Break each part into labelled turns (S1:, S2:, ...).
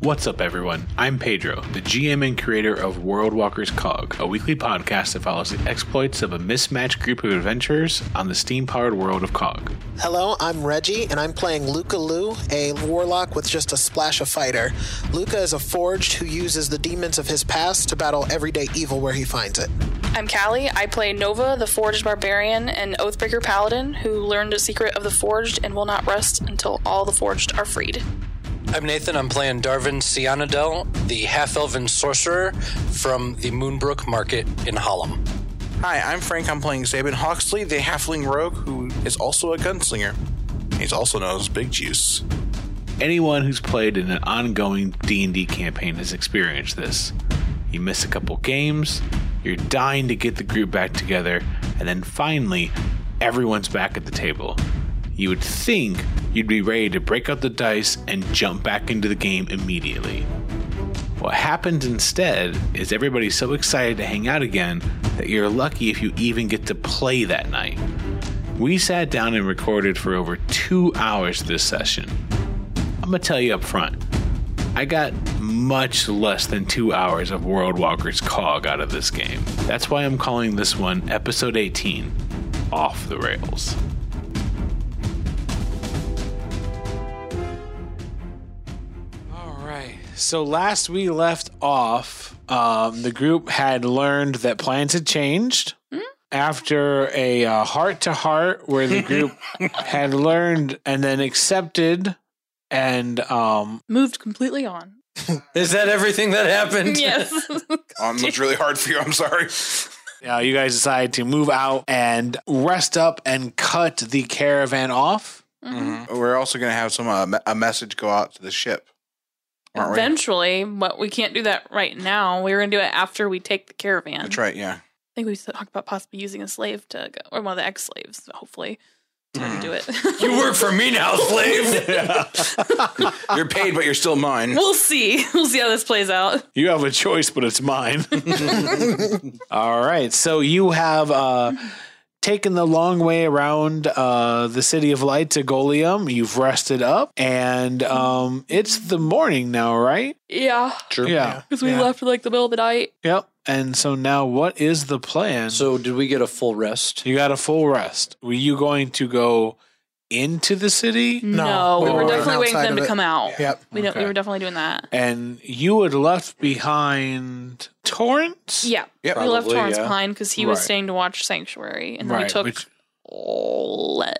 S1: What's up, everyone? I'm Pedro, the GM and creator of World Walkers Cog, a weekly podcast that follows the exploits of a mismatched group of adventurers on the steam powered world of Cog.
S2: Hello, I'm Reggie, and I'm playing Luca Lu, a warlock with just a splash of fighter. Luca is a forged who uses the demons of his past to battle everyday evil where he finds it.
S3: I'm Callie. I play Nova, the Forged Barbarian, and Oathbreaker Paladin, who learned a secret of the Forged and will not rest until all the Forged are freed.
S4: I'm Nathan. I'm playing Darvin Cianadel, the half elven sorcerer from the Moonbrook Market in Hallam.
S5: Hi, I'm Frank. I'm playing Zabin Hawksley, the halfling rogue who is also a gunslinger. He's also known as Big Juice.
S1: Anyone who's played in an ongoing D&D campaign has experienced this. You miss a couple games, you're dying to get the group back together, and then finally everyone's back at the table. You would think you'd be ready to break out the dice and jump back into the game immediately. What happens instead is everybody's so excited to hang out again that you're lucky if you even get to play that night. We sat down and recorded for over two hours this session. I'm gonna tell you up front, I got much less than two hours of World Walker's Cog out of this game. That's why I'm calling this one Episode 18 Off the Rails. All right. So last we left off, um, the group had learned that plans had changed after a uh, heart to heart where the group had learned and then accepted and um,
S3: Moved completely on.
S4: Is that everything that happened?
S3: Yes.
S5: Um, that's really hard for you. I'm sorry.
S1: Now you guys decide to move out and rest up and cut the caravan off.
S5: We're also going to have some uh, me- a message go out to the ship, aren't we?
S3: Eventually, but we can't do that right now. We were going to do it after we take the caravan.
S5: That's right. Yeah.
S3: I think we talked about possibly using a slave to go, or one of the ex slaves, hopefully, to do it.
S4: You work for me now, slave.
S5: You're paid, but you're still mine.
S3: we'll see. We'll see how this plays out.
S1: You have a choice, but it's mine. All right. So you have uh, taken the long way around uh, the city of light to Golium. You've rested up, and um, it's the morning now, right?
S3: Yeah.
S1: True. Yeah.
S3: Because we
S1: Yeah.
S3: left like the middle of the night.
S1: Yep. And so now, what is the plan?
S4: so, did we get a full rest?
S1: you got a full rest. Were you going to go into the city?
S3: No, we
S2: we
S3: were
S2: were
S3: definitely waiting for
S2: outside
S3: them
S2: of
S3: to
S2: it.
S3: come out.
S2: Yep.
S3: We, don't, we
S1: Okay.
S3: were definitely doing that.
S1: and you had left behind Torrance.
S3: Yeah.
S5: Yep.
S3: we left
S4: Probably,
S3: Torrance
S4: yeah.
S3: behind because he was
S1: Right.
S3: staying to watch Sanctuary. And then
S1: right.
S3: we took
S1: which-
S3: Le-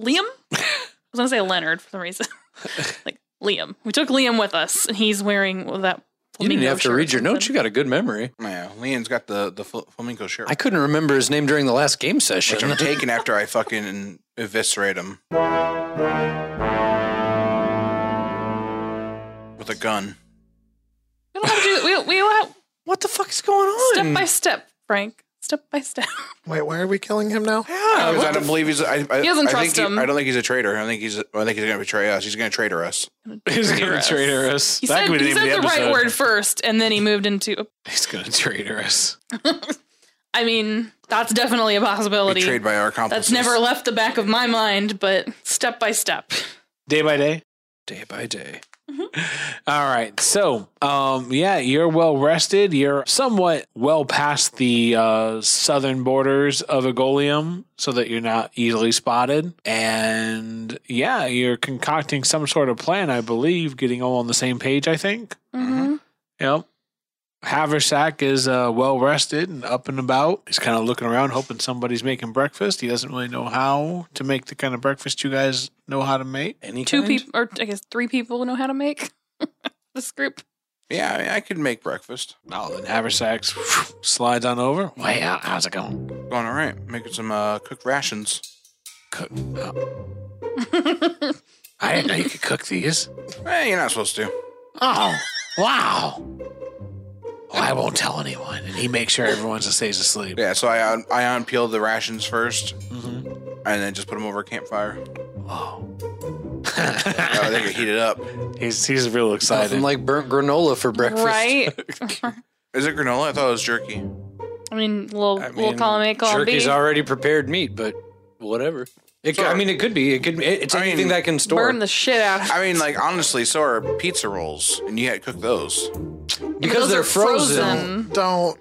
S3: Liam? I was going to say Leonard for some reason. like Liam. We took Liam with us, and he's wearing that.
S4: You didn't
S3: flamingo
S4: have to
S3: shirt
S4: read your
S3: or
S4: notes. You
S3: something.
S4: got a good memory.
S5: Yeah. Leanne's got the the fl- flamingo shirt,
S4: I couldn't remember his name during the last game
S5: which
S4: session.
S5: I'm taking after I fucking eviscerate him with a gun.
S3: We don't have to do. We, we don't have
S4: what the fuck is going on?
S3: step by step, Frank. Step by step.
S2: Wait, why are we killing him now?
S4: Yeah,
S5: Because I
S4: what the
S5: don't believe he's. I, I,
S3: He doesn't
S5: I
S3: trust
S5: think he-
S3: him.
S5: I don't think he's a traitor. I think he's. I think he's going to betray us. He's going to traitor us.
S1: He's
S3: Traitor
S1: gonna
S3: us.
S1: traitor us.
S3: He
S1: That
S3: said,
S1: could be
S3: he
S1: the
S3: said the right
S1: episode.
S3: word first, and then he moved into.
S1: He's gonna traitor us.
S3: I mean, that's definitely a possibility.
S5: Betrayed by our
S3: That's
S5: accomplices.
S3: never left the back of my mind, but step by step.
S1: Day by day.
S4: day by day.
S3: Mm-hmm.
S1: All right. So, um, yeah, you're well rested. You're somewhat well past the uh, southern borders of Egolium so that you're not easily spotted. And yeah, you're concocting some sort of plan, I believe, getting all on the same page, I think.
S4: Mm-hmm.
S3: Mhm.
S1: Yep. Haversack is uh, well rested and up and about. He's kind of looking around, hoping somebody's making breakfast. He doesn't really know how to make the kind of breakfast you guys know how to make.
S4: Any
S3: Two
S4: kind?
S3: people, or I guess three people know how to make this group.
S5: Yeah, I, mean, I could make breakfast.
S1: Oh, then Haversack slides on over. Wow, how's it going?
S5: Going all right. Making some uh, cooked rations.
S1: Cook. oh. I didn't know you could cook these.
S5: Eh, you're not supposed to.
S1: Oh, wow. Well, I won't tell anyone. And he makes sure everyone stays asleep.
S5: Yeah, so I un- I unpeeled the rations first,
S3: Mm-hmm.
S1: Mhm.
S5: and then just put them over a campfire.
S1: Wow.
S5: That way they could heat it up.
S1: he's, he's real excited.
S4: Nothing like burnt granola for breakfast.
S3: Right.
S5: Is it granola? I thought it was jerky.
S3: I mean, little
S4: I
S3: little
S4: mean,
S3: column A, column B.
S4: Jerky's already prepared meat, but whatever.
S6: It, c- I mean, it could be. It could. It, it's
S5: I mean,
S6: anything that can store.
S7: Burn the shit out of
S5: I mean, like honestly, so are pizza rolls, and you had to cook those.
S6: because
S7: Those
S6: they're
S7: are
S6: frozen.
S2: Don't.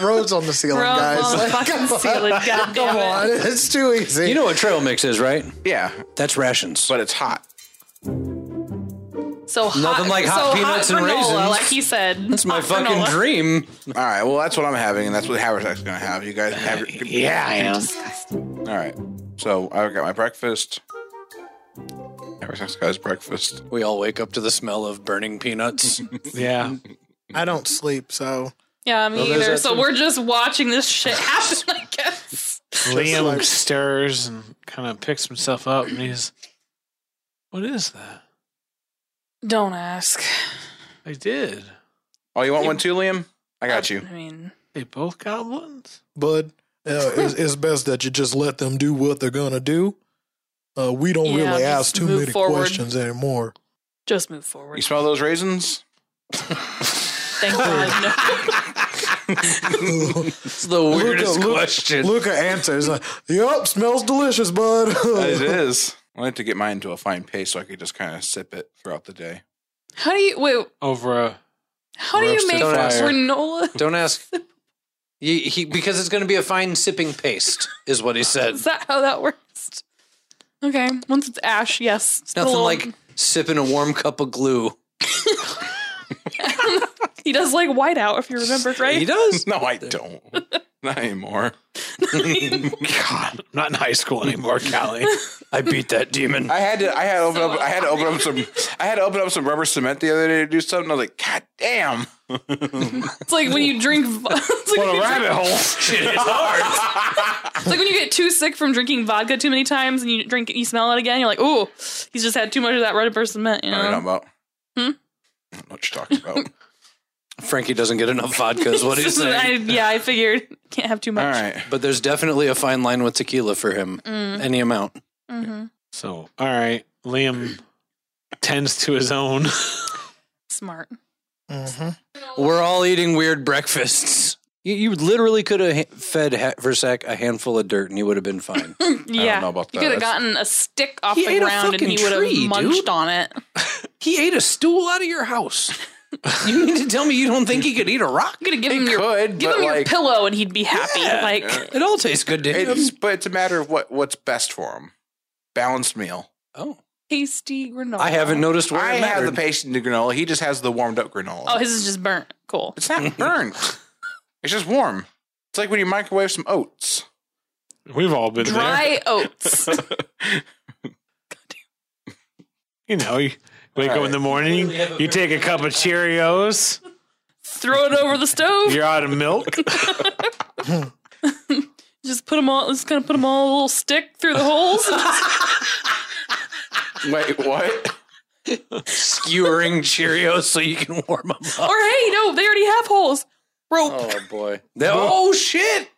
S2: Roads on the ceiling,
S7: Throw them on the
S2: guys.
S7: fucking ceiling,
S2: Come
S7: goddammit.
S2: on, it's too easy.
S6: You know what trail mix is, right?
S5: Yeah,
S6: That's rations.
S5: but it's hot.
S7: So hot,
S6: Nothing like hot
S7: so
S6: peanuts
S7: hot
S6: and
S7: granola,
S6: raisins.
S7: like he said.
S6: That's my fucking dream.
S5: All right, well that's what I'm having, and that's what Haversack's gonna have. You guys have your,
S1: Yeah, I am.
S5: All right, so I've got my breakfast. Haversack's got his breakfast.
S6: We all wake up to the smell of burning peanuts.
S1: Yeah.
S2: I don't sleep, so
S7: Yeah, me
S6: Well, there's
S7: either.
S6: that
S7: So
S6: too.
S7: we're just watching this shit happen, I guess.
S1: Liam
S2: like-
S1: stirs and kind of picks himself up and he's, What is that?
S7: Don't ask.
S1: I did.
S5: Oh, you want one too, Liam? I got you.
S7: I mean,
S1: They both got ones?
S8: Bud, uh, it's, it's best that you just let them do what they're gonna do. Uh, we don't
S7: Yeah,
S8: really
S7: just
S8: ask too
S7: move
S8: many
S7: forward.
S8: questions anymore.
S7: just move
S5: You
S7: forward.
S5: smell those raisins?
S7: Thank God. No.
S6: It's the weirdest
S8: Luca-
S6: question.
S8: Luca answers, uh, "Yup, smells delicious, bud."
S5: it is. I like to get mine to a fine paste so I could just kind of sip it throughout the day.
S7: How do you wait?
S1: Over a.
S7: How do you
S1: Roasted
S7: make
S6: fire.
S7: granola?
S6: Don't ask. He, he, because it's going to be a fine sipping paste, is what he said.
S7: Is that how that works? Okay, once it's ash, yes. It's the
S6: Nothing
S7: little-
S6: like sipping a warm cup of glue.
S7: he does like whiteout if you remember, right?
S6: He does.
S5: No, I don't. Not anymore.
S1: God, I'm not in high school anymore, Callie.
S6: I beat that demon.
S5: I had to. I had to open up. I had to open up some. I had to open up some rubber cement the other day to do something. I was like, God damn!
S7: It's like when you drink. vo- It's like, when you drink-
S5: hole.
S7: it's like when you get too sick from drinking vodka too many times, and you drink, you smell it again. You're like, "Ooh, he's just had too much of that red person mint." You
S5: I don't know
S7: know?
S5: about. I don't know what you're talking about.
S6: Frankie doesn't get enough vodka, is what he's
S7: I,
S6: saying.
S7: yeah, I figured can't have too
S5: All
S7: much.
S5: right.
S6: But there's definitely a fine line with tequila for him. Any amount.
S1: So, all right. Liam tends to his own.
S7: Smart.
S6: We're all eating weird breakfasts. You, you literally could have ha- fed Versac a handful of dirt and he would have been fine.
S7: Yeah,
S5: know about
S7: you
S5: that.
S7: could have
S5: That's-
S7: gotten a stick off
S6: He
S7: the
S6: ate a
S7: ground and
S6: fucking
S7: he would have
S6: tree,
S7: munched
S6: dude.
S7: on it.
S6: he ate a stool out of your house. you mean to tell me you don't think he could eat a rock?
S7: You could have given him your
S5: could,
S7: give
S5: but
S7: him your
S5: like-
S7: pillow and he'd be happy. like
S6: It all tastes good to him.
S5: It's but it's a matter of what what's best for them. Balanced meal.
S6: oh,
S7: tasty granola.
S6: I haven't noticed where
S5: I
S6: it
S5: have the
S6: mattered.
S5: patient granola. He just has the warmed up granola.
S7: Oh, his is just burnt. Cool.
S5: It's not burnt. it's just warm. It's like when you microwave some oats.
S1: We've all been there.
S7: Dry oats.
S1: You know, you wake up in the morning, you take a cup of Cheerios,
S7: Throw it over the stove.
S1: you're out of milk.
S7: Just put them all. Just kind of put them all in a little stick through the holes.
S5: Wait, what?
S6: skewering Cheerios so you can warm them up.
S7: or hey, no, they already have holes. Rope.
S6: Oh boy! oh shit!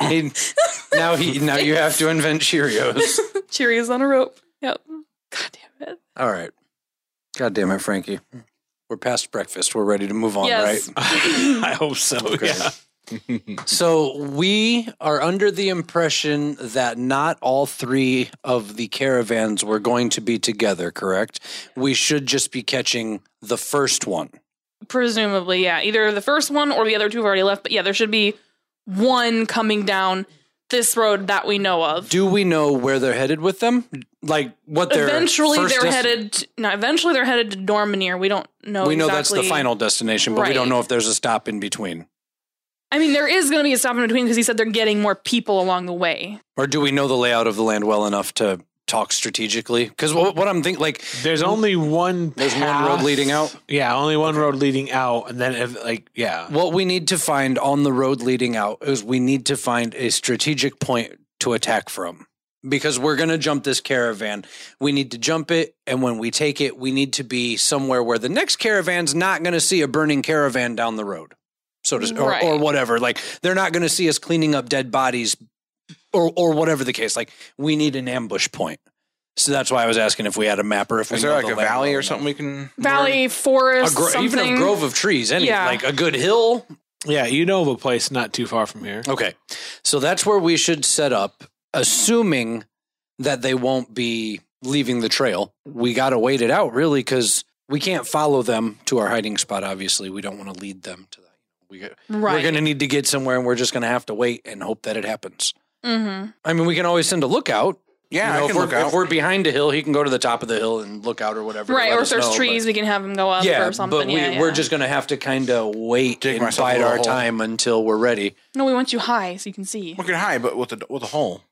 S6: He- now he now you have to invent Cheerios.
S7: Cheerios on a rope. Yep. God damn it.
S6: All right. God damn it, Frankie. We're past breakfast. We're ready to move on,
S7: yes.
S6: right?
S1: I hope so. Yeah.
S6: So we are under the impression that not all three of the caravans were going to be together, correct? We should just be catching the first one.
S7: Presumably, yeah. Either the first one or the other two have already left. But yeah, there should be one coming down this road that we know of.
S6: Do we know where they're headed with them? Like what they're
S7: eventually they're
S6: headed.
S7: headed to, no, eventually they're headed to Dormineer. We don't know
S6: we know that's the
S7: exactly-
S6: final destination, but we don't
S7: Right.
S6: know if there's a stop in between.
S7: I mean, there is going to be a stop in between because he said they're getting more people along the way.
S6: Or do we know the layout of the land well enough to talk strategically? Because what, what I'm thinking, like,
S1: There's only one.
S6: there's one road
S1: path.
S6: leading out.
S1: Yeah, only one road leading out, and then if, like yeah,
S6: What we need to find on the road leading out is we need to find a strategic point to attack from. Because we're going to jump this caravan. We need to jump it. And when we take it, we need to be somewhere where the next caravan's not going to see a burning caravan down the road. So to, or,
S7: Right.
S6: or whatever. Like they're not going to see us cleaning up dead bodies or, or whatever the case. Like we need an ambush point. So that's why I was asking if we had a map or if
S5: Is
S6: we
S5: there
S6: know
S5: like
S6: the
S5: a
S6: land
S5: valley or
S6: well enough.
S5: something we can?
S7: Valley, forest,
S6: A gro- even
S7: something.
S6: a grove of trees, any
S7: Yeah.
S6: like a good hill,
S1: yeah. You know of a place not too far from here.
S6: Okay. So that's where we should set up. assuming that they won't be leaving the trail. We got to wait it out, really, because we can't follow them to our hiding spot. Obviously, we don't want to lead them to that. We, We're
S7: Right.
S6: going to need to get somewhere, and we're just going to have to wait and hope that it happens.
S7: Mm-hmm.
S6: I mean, we can always send a lookout.
S5: Yeah,
S6: You know,
S5: I
S6: if,
S5: can
S6: we're,
S5: look out.
S6: if we're behind a hill, he can go to the top of the hill and look out or whatever. to
S7: Right.
S6: let
S7: Or
S6: us
S7: if there's
S6: know, but-
S7: trees, we can have them go up
S6: yeah,
S7: or something.
S6: but we,
S7: yeah,
S6: we're
S7: yeah.
S6: just going to have to kind of wait
S5: Dig
S6: and
S5: myself a
S6: bide
S5: little
S6: our
S5: hole.
S6: time until we're ready.
S7: No, we want you high so you can see.
S5: we can hide, but with a with a hole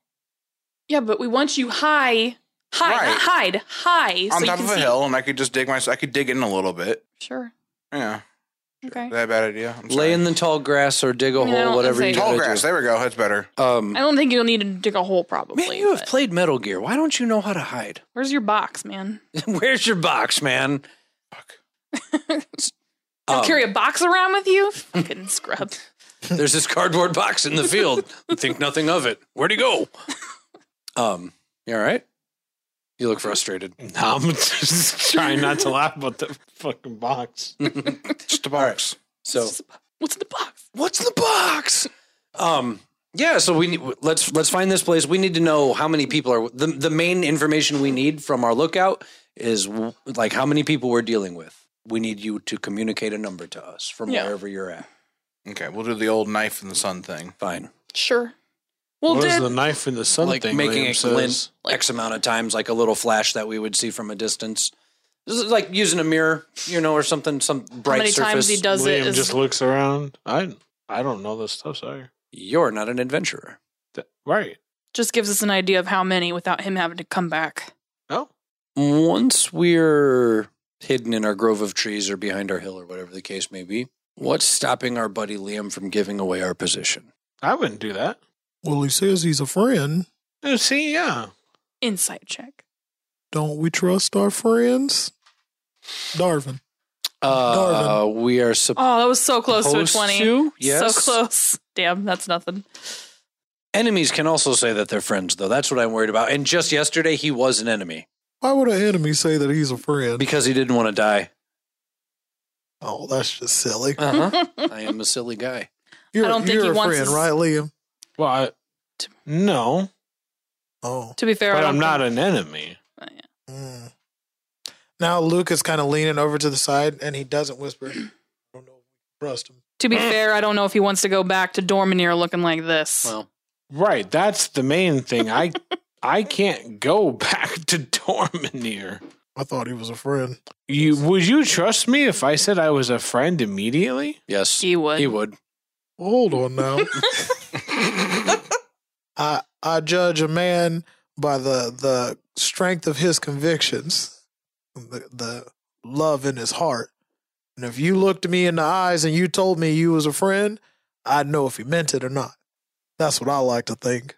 S7: Yeah, but we want you high. High,
S5: Right.
S7: not hide. High.
S5: on top
S7: so you
S5: of
S7: can
S5: a
S7: see.
S5: hill, and I could just dig my. I could dig in a little bit.
S7: Sure.
S5: Yeah,
S7: Okay.
S5: is that a bad idea? I'm
S6: Lay
S5: sorry.
S6: in the tall grass or dig a
S7: I mean, I
S6: hole,
S7: don't
S6: whatever
S7: say-
S6: you
S5: tall
S6: gotta
S5: grass.
S6: do.
S5: There we go. That's better.
S6: Um,
S7: I don't think you'll need to dig a hole, probably.
S6: man, you have
S7: but-
S6: played Metal Gear. Why don't you know how to hide?
S7: Where's your box, man?
S6: Where's your box, man?
S7: You
S6: Um,
S7: carry a box around with you? Fucking scrub.
S6: There's this cardboard box in the field. Think nothing of it. Where'd he go? Um, you all right? You look frustrated.
S1: I'm just trying not to laugh about the fucking box.
S5: Just a box.
S6: So
S7: What's in the box?
S6: what's in the box? Um, yeah. So we need, let's let's find this place. We need to know how many people are the the main information we need from our lookout is w- like how many people we're dealing with. We need you to communicate a number to us from
S7: Yeah.
S6: wherever you're at.
S5: Okay, we'll do the old knife in the sun thing.
S6: Fine.
S7: Sure. Well,
S1: what is
S7: did
S1: the knife in the sun
S6: like
S1: thing?
S6: making
S1: Liam
S6: it
S1: says?
S6: glint X amount of times, like a little flash that we would see from a distance. This is like using a mirror, you know, or something, some bright
S7: how many
S6: surface.
S7: times he does it?
S1: Liam
S7: is-
S1: just looks around. I I don't know this stuff. Sorry.
S6: You're not an adventurer.
S1: Th- right.
S7: just gives us an idea of how many without him having to come back.
S6: Oh.
S1: No.
S6: Once we're hidden in our grove of trees or behind our hill or whatever the case may be, what's stopping our buddy Liam from giving away our position?
S1: I wouldn't do that.
S8: Well, he says he's a friend.
S1: Uh, See, yeah.
S7: Insight check.
S8: Don't we trust our friends? Darvin.
S6: Uh, we are supposed
S7: Oh, that was so close to a 20.
S6: to. Yes.
S7: So close. Damn, that's nothing.
S6: Enemies can also say that they're friends, though. That's what I'm worried about. And just yesterday, he was an enemy
S8: Why would an enemy say that he's a friend?
S6: because he didn't want to die.
S8: oh, that's just silly.
S6: Uh-huh. I am a silly guy.
S8: You're,
S7: don't think
S8: you're
S7: he
S8: a
S7: wants
S8: friend,
S7: us-
S8: right, Liam?
S1: Well, I, no,
S8: Oh.
S7: To be fair,
S1: but
S7: I
S1: I'm not an enemy.
S8: Mm. Now Luke is kind of leaning over to the side and he doesn't whisper. I don't know. if we Trust him.
S7: To be fair, I don't know if he wants to go back to Dormineer looking like this.
S6: Well,
S1: Right. That's the main thing. I I can't go back to Dormineer.
S8: I thought he was a friend.
S1: You would you trust me if I said I was a friend immediately?
S6: yes,
S7: he would.
S6: he would.
S8: Well, hold on now. I I judge a man by the the strength of his convictions, the, the love in his heart. And if you looked me in the eyes and you told me you was a friend, I'd know if you meant it or not. That's what I like to think.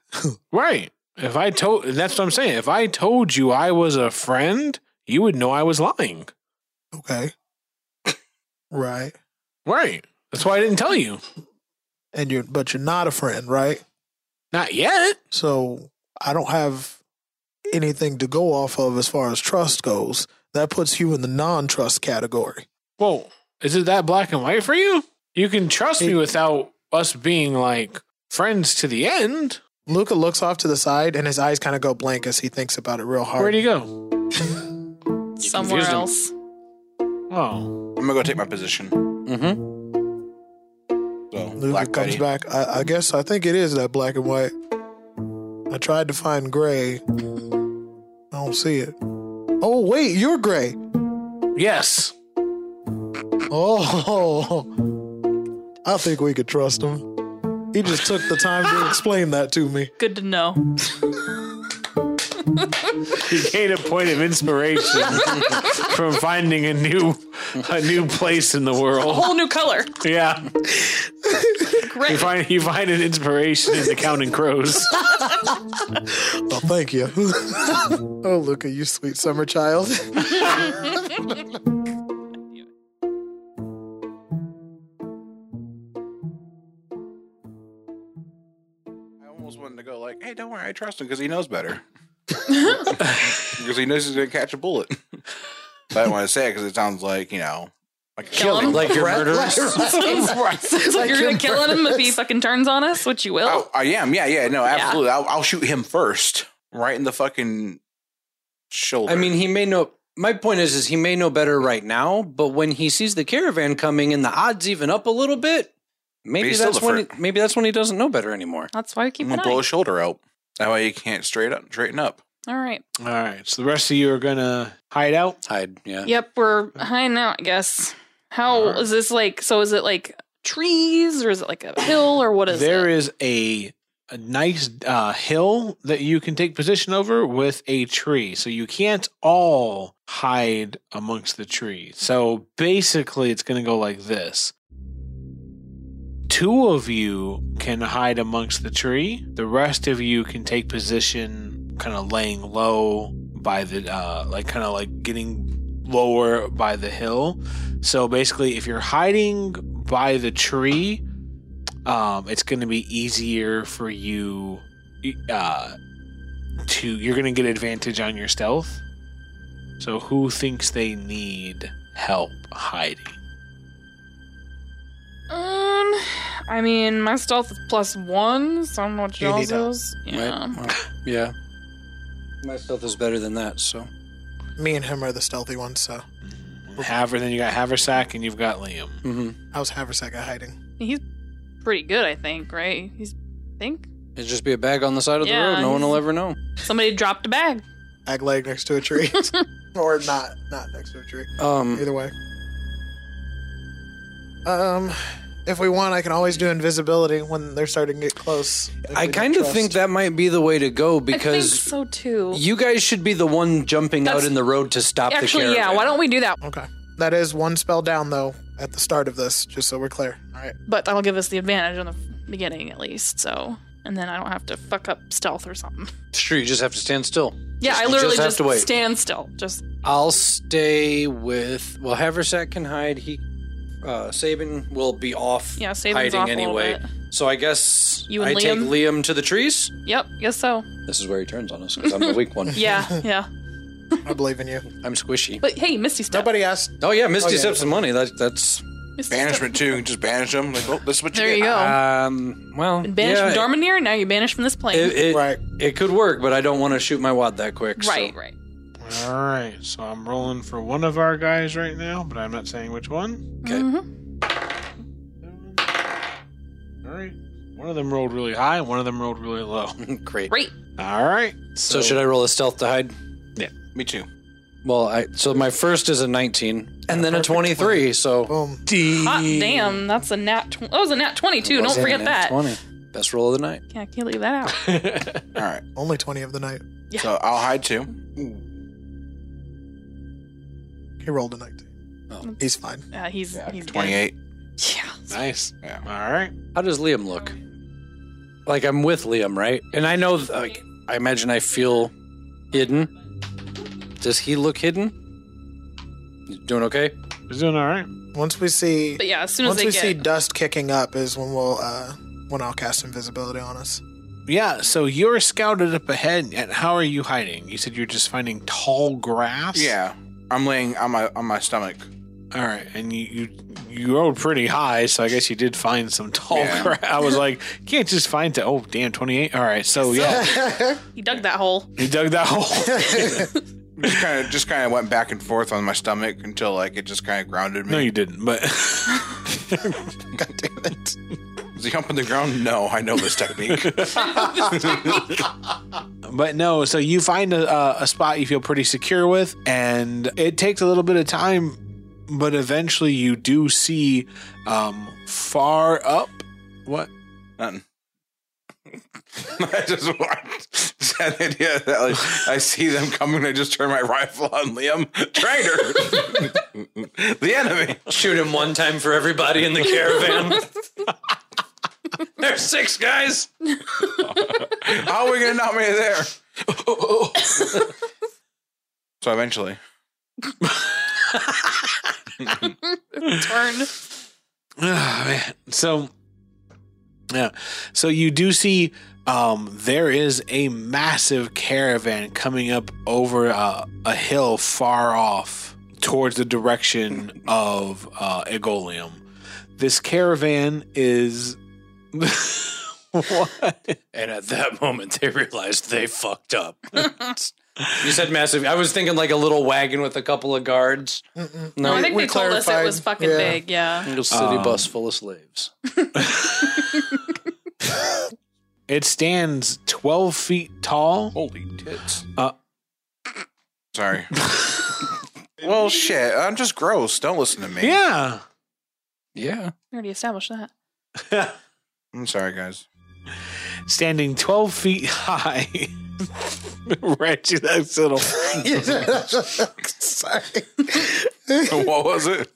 S1: Right. If I told that's what I'm saying. If I told you I was a friend, you would know I was lying.
S8: Okay. right.
S1: Right. That's why I didn't tell you.
S8: And you're but you're not a friend, right?
S1: Not yet.
S8: So I don't have anything to go off of as far as trust goes. That puts you in the non trust category.
S1: Well, is it that black and white for you? You can trust me
S8: It-
S1: without us being like friends to the end.
S8: Luca looks off to the side and his eyes kind of go blank as he thinks about it real hard.
S1: Where'd he go?
S7: Somewhere
S1: confused him.
S7: else.
S1: Oh.
S5: I'm gonna go take my position.
S6: Mm-hmm.
S5: So
S8: Luca
S5: Black
S8: comes
S5: Betty.
S8: back. I, I guess I think it is that black and white. I tried to find gray. I don't see it. Oh wait, you're gray.
S1: Yes.
S8: Oh, I think we could trust him. He just took the time to explain that to me.
S7: Good to know.
S1: He gained a point of inspiration from finding a new a new place in the world.
S7: Whole new color.
S1: Yeah. You
S7: Great.
S1: find you find an inspiration in the Counting Crows.
S8: Oh, thank you. oh, Luca, you sweet summer child.
S5: I almost wanted to go like, "Hey, don't worry, I trust him because he knows better." Because he knows he's gonna catch a bullet. But I don't want to say it because it sounds like you know Like
S7: Kill him.
S6: Like your
S8: Right,
S6: murderers?
S8: right, right, right.
S7: So
S8: Like
S7: you're
S8: your
S7: gonna kill him if he
S8: murderers.
S7: fucking turns on us, which you will.
S5: Oh, I am. Yeah, yeah. No, absolutely. I'll, I'll shoot him first, right in the fucking shoulder.
S6: I mean, he may know. My point is, is he may know better right now, but when he sees the caravan coming and the odds even up a little bit, maybe
S5: He's still
S6: that's
S5: the
S6: when.
S5: fir-
S6: He, maybe that's when he doesn't know better anymore.
S7: That's why I keep
S5: I'm
S7: an
S5: gonna blow
S7: eye.
S5: his shoulder out. That way he can't straight up, straighten up.
S7: All right.
S1: All right. So the rest of you are gonna hide out.
S6: Hide. Yeah.
S7: Yep, we're hiding out, I guess. How is
S1: Alright.
S7: this like? So is it like trees, or is it like a hill, or what is
S1: There
S7: it?
S1: is a a nice uh, hill that you can take position over with a tree, so you can't all hide amongst the trees. So basically, it's going to go like this. Two of you can hide amongst the tree. The rest of you can take position, kind of laying low by the, uh, like, kind of like getting lower by the hill. So basically, if you're hiding by the tree, um, it's going to be easier for you uh, to. You're going to get advantage on your stealth. So who thinks they need help hiding?
S7: Um, I mean, my stealth is plus one, so I don't know what
S8: You
S7: yours
S8: need help.
S7: is. Yeah.
S6: Right? Well, yeah. My stealth is better than that, so
S8: Me and him are the stealthy ones, so
S1: Haver, then you got Haversack, and you've got Liam.
S6: mhm.
S8: how's Haversack at hiding?
S7: He's pretty good, I think. Right? He's think
S6: it'd just be a bag on the side of
S7: Yeah,
S6: the road. No one
S7: he's-
S6: will ever know.
S7: somebody dropped a bag.
S8: Ag leg next to a tree, or not? Not next to a tree.
S6: Um,
S8: Either way. Um, if we want, I can always do invisibility when they're starting to get close. if
S6: I
S8: we don't
S6: kind of
S8: trust.
S6: think that might be the way to go
S7: I think
S6: because
S7: so too.
S6: you guys should be the one jumping out
S7: That's-
S6: in the road to stop the
S7: Actually,
S6: caravan.
S7: yeah. Why don't we do that?
S8: Okay, that is one spell down though at the start of this, just so we're clear. All right.
S7: But that'll give us the advantage in the beginning, at least. So, and then I don't have to fuck up stealth or something.
S6: Sure, you just have to stand still.
S7: Yeah,
S6: Just-
S7: I
S6: you
S7: literally
S6: just have
S7: just,
S6: to wait.
S7: stand still. Just
S6: I'll stay with. Well, Haversack can hide. He, uh, Saban will be off.
S7: Yeah, Saban's
S6: hiding
S7: off a little
S6: anyway.
S7: bit.
S6: So I guess
S7: You
S6: I
S7: and
S6: take
S7: Liam?
S6: Liam to the trees.
S7: yep, guess so.
S6: This is where he turns on us because I'm the weak one.
S7: Yeah, yeah.
S8: I believe in you.
S6: I'm squishy.
S7: But hey, Misty step.
S8: Nobody asked.
S6: Oh yeah, Misty
S8: Okay.
S6: steps some money. That, that's
S7: Misty step.
S5: Banishment too. Just banish him. Like, oh, this is what you
S7: There
S5: get.
S7: you go.
S6: um. Well,
S7: Oh. Been banished
S6: yeah,
S7: from Darmanir, now you're banished from this plane.
S6: It, it,
S8: Right.
S6: It could work, but I don't want to shoot my wad that quick. so-
S7: right, right.
S1: All right, so I'm rolling for one of our guys right now, but I'm not saying which one.
S6: Okay.
S7: Mhm.
S1: All right, one of them rolled really high, and one of them rolled really low.
S6: Great.
S7: Great.
S1: All right,
S6: So, should I roll a stealth to hide?
S5: Me too.
S6: Well, I so my first is a 19 and then a 23. So
S8: Boom.
S7: Hot damn, that's a nat. Tw- that was a nat 22. Don't
S6: Wasn't
S7: forget
S6: it?
S7: that.
S6: 20. Best roll of the night.
S7: Yeah, I can't leave that out.
S5: All right.
S8: Only twenty of the night.
S5: So I'll hide too.
S8: He rolled a nineteen.
S6: Oh.
S8: He's fine.
S7: Uh, he's he's good.
S5: 28.
S7: Yeah.
S1: nice.
S5: Yeah.
S1: All right,
S6: How does Liam look? Like I'm with Liam, right? And I know, like, I imagine I feel hidden. Does he look hidden? You doing okay?
S1: he's doing all right.
S8: Once we see,
S7: But yeah, as soon as
S8: once
S7: they
S8: we
S7: get
S8: see dust kicking up, is when we'll uh when I'll cast invisibility on us.
S1: Yeah, so you're scouted up ahead, and how are you hiding? You said you're just finding tall grass.
S5: Yeah. I'm laying on my on my stomach.
S1: All right, and you you, you rode pretty high, so I guess you did find some tall
S5: Yeah.
S1: grass. I was like, can't just find to. Oh, damn, twenty eight. All right, so yeah,
S7: he dug that hole.
S1: you dug that hole.
S5: Just kind of just kind of went back and forth on my stomach until like it just kind of grounded me.
S1: no, you didn't. But
S5: God damn it. Is he humping the ground? No, I know this technique.
S1: but no, so you find a, a, a spot you feel pretty secure with, and it takes a little bit of time, but eventually you do see um, far up. What?
S5: Nothing. I just want just had the idea that like, I see them coming. I just turn my rifle on Liam. Traitor! the enemy.
S6: Shoot him one time for everybody in the caravan. There's six guys.
S5: How are we going to knock me there? so eventually,
S7: Turned.
S1: Ah, man. So, yeah. So you do see um, there is a massive caravan coming up over uh, a hill far off towards the direction of uh, Egolium. This caravan is. what?
S6: And at that moment, they realized they fucked up. you said massive. I was thinking like a little wagon with a couple of guards.
S7: No, I
S6: No,
S7: think
S8: we
S7: they told us it
S8: clarified.
S7: was fucking
S8: Yeah.
S7: big. Yeah.
S6: a city bus full of slaves.
S1: It stands 12 feet tall.
S5: Holy tits.
S1: Uh,
S5: Sorry. well, shit. I'm just gross. Don't listen to me.
S1: Yeah.
S6: Yeah.
S7: We already established that.
S5: I'm sorry, guys.
S1: Standing 12 feet high. Reggie, that's little.
S8: Sorry.
S5: what was it?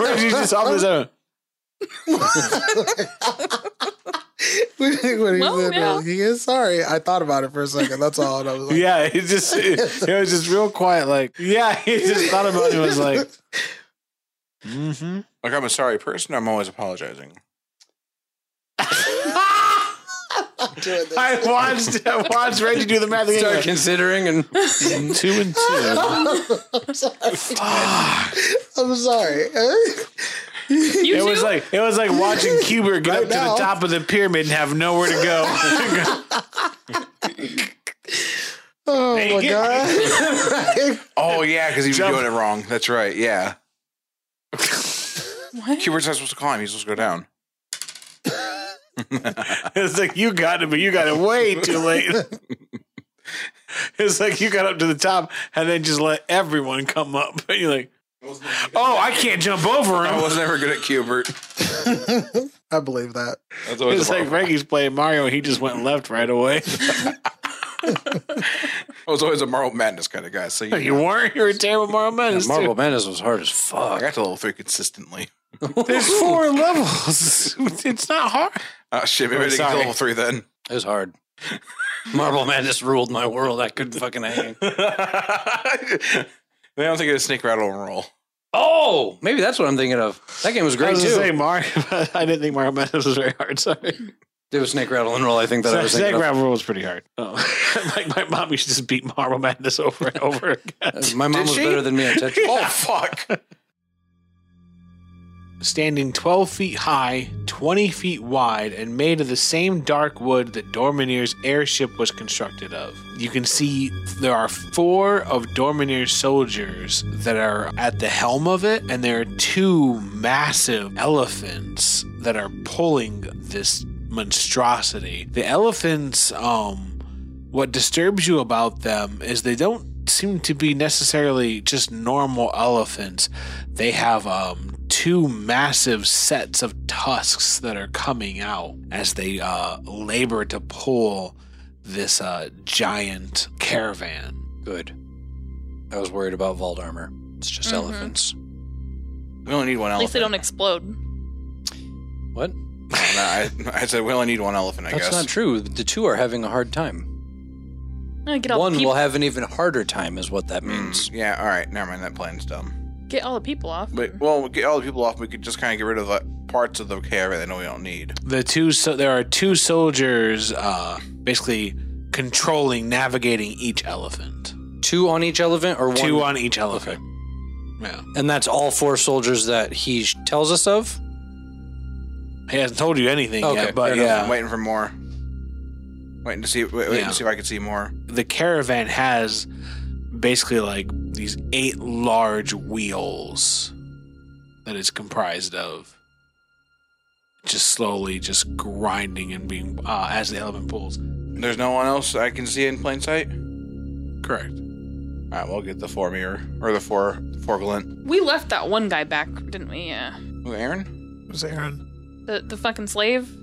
S1: Reggie just off his own.
S8: We think what he
S7: Well,
S8: said,
S7: yeah.
S8: uh, he is sorry. I thought about it for a second. That's all. And I was like,
S1: Yeah, it just it, it was just real quiet. Like, yeah, he just thought about it. and Was like, mm-hmm.
S5: Like, I'm a sorry person. I'm always apologizing.
S8: doing this.
S1: I watched I watched Reggie do the math. again.
S6: Start considering and
S1: two and two.
S8: I'm sorry. I'm sorry.
S7: You
S1: It
S7: two?
S1: was like it was like watching Cuber get
S8: Right
S1: up to
S8: now.
S1: the top of the pyramid and have nowhere to go.
S8: Oh my
S1: it.
S8: god.
S5: Oh, yeah, because he was
S1: Jump.
S5: doing it wrong. That's right. Yeah.
S7: What?
S5: Cubert's not supposed to climb. He's supposed to go down.
S1: it's like you got it, but you got it way too late. It's like you got up to the top and then just let everyone come up. And you're like, oh, I can't jump over
S5: I
S1: him.
S5: was never good at Cubert.
S8: I believe that.
S5: That's always
S1: It's
S5: a
S1: like
S5: problem.
S1: Reggie's playing Mario. He just went left right away.
S5: I was always a Marble Madness kind of guy. So you,
S1: you weren't. You were terrible Mario Menace. too.
S6: Marble Madness was hard as
S5: I
S6: fuck.
S5: got to level three consistently.
S1: There's four levels. It's not hard.
S5: Oh, shit.
S1: Oh,
S5: Maybe I didn't get to
S1: sorry.
S5: level three then.
S6: It was hard. Marble Madness ruled my world. I couldn't fucking hang.
S5: I don't think it was Snake Rattle and Roll.
S6: Oh, maybe that's what I'm thinking of. That game was
S1: I
S6: great
S1: was
S6: too.
S1: gonna say Mario. But I didn't think Mario Menace was very hard. Sorry.
S6: It was Snake Rattle and Roll. I think that I was
S1: Snake
S6: thinking of.
S1: Rattle Roll was pretty hard. Oh. like my mom used to just beat Marble Madness over and over again.
S6: Uh, My mom
S5: Did
S6: was
S5: she?
S6: better than me at Tetris.
S5: Oh, fuck.
S1: Standing 12 feet high, 20 feet wide, and made of the same dark wood that Dorminir's airship was constructed of. You can see there are four of Dorminir's soldiers that are at the helm of it, and there are two massive elephants that are pulling this monstrosity. The elephants, um, what disturbs you about them is they don't seem to be necessarily just normal elephants. They have um, two massive sets of tusks that are coming out as they uh, labor to pull this uh, giant caravan.
S6: Good. I was worried about Vault armor. It's just
S7: Mhm.
S6: elephants.
S5: We only need one
S7: At least they
S5: elephant.
S7: don't explode.
S6: What?
S5: No, I, I said we only need one elephant, I
S6: That's
S5: guess.
S6: not true. The two are having a hard time.
S7: Eh, Get all
S6: One
S7: the
S6: will
S7: people.
S6: have an even harder time, is what that means.
S5: Mm, yeah, all right. Never mind. That plan's dumb.
S7: Get all the people off.
S5: But, well, we get all the people off. We could just kind of get rid of the parts of the caravan that we don't need.
S1: The two so there are two soldiers uh, basically controlling, navigating each elephant.
S6: Two on each elephant, or one?
S1: Two on each elephant. Yeah,
S6: And that's all four soldiers that he sh- tells us of.
S1: he hasn't told you anything
S6: Okay,
S1: yet, but
S5: Fair enough,
S1: yeah,
S5: I'm waiting for more. Waiting to see. Wait, waiting
S1: Yeah.
S5: to see if I can see more.
S1: the caravan has basically like these eight large wheels that it's comprised of just slowly just grinding and being uh, as the elephant pulls
S5: There's no one else I can see in plain sight.
S1: correct
S5: All right, we'll get the four mirror or the four the four glint.
S7: We left that one guy back, didn't we? Yeah.
S5: Who, Aaron?
S8: It was Aaron.
S7: The the fucking slave.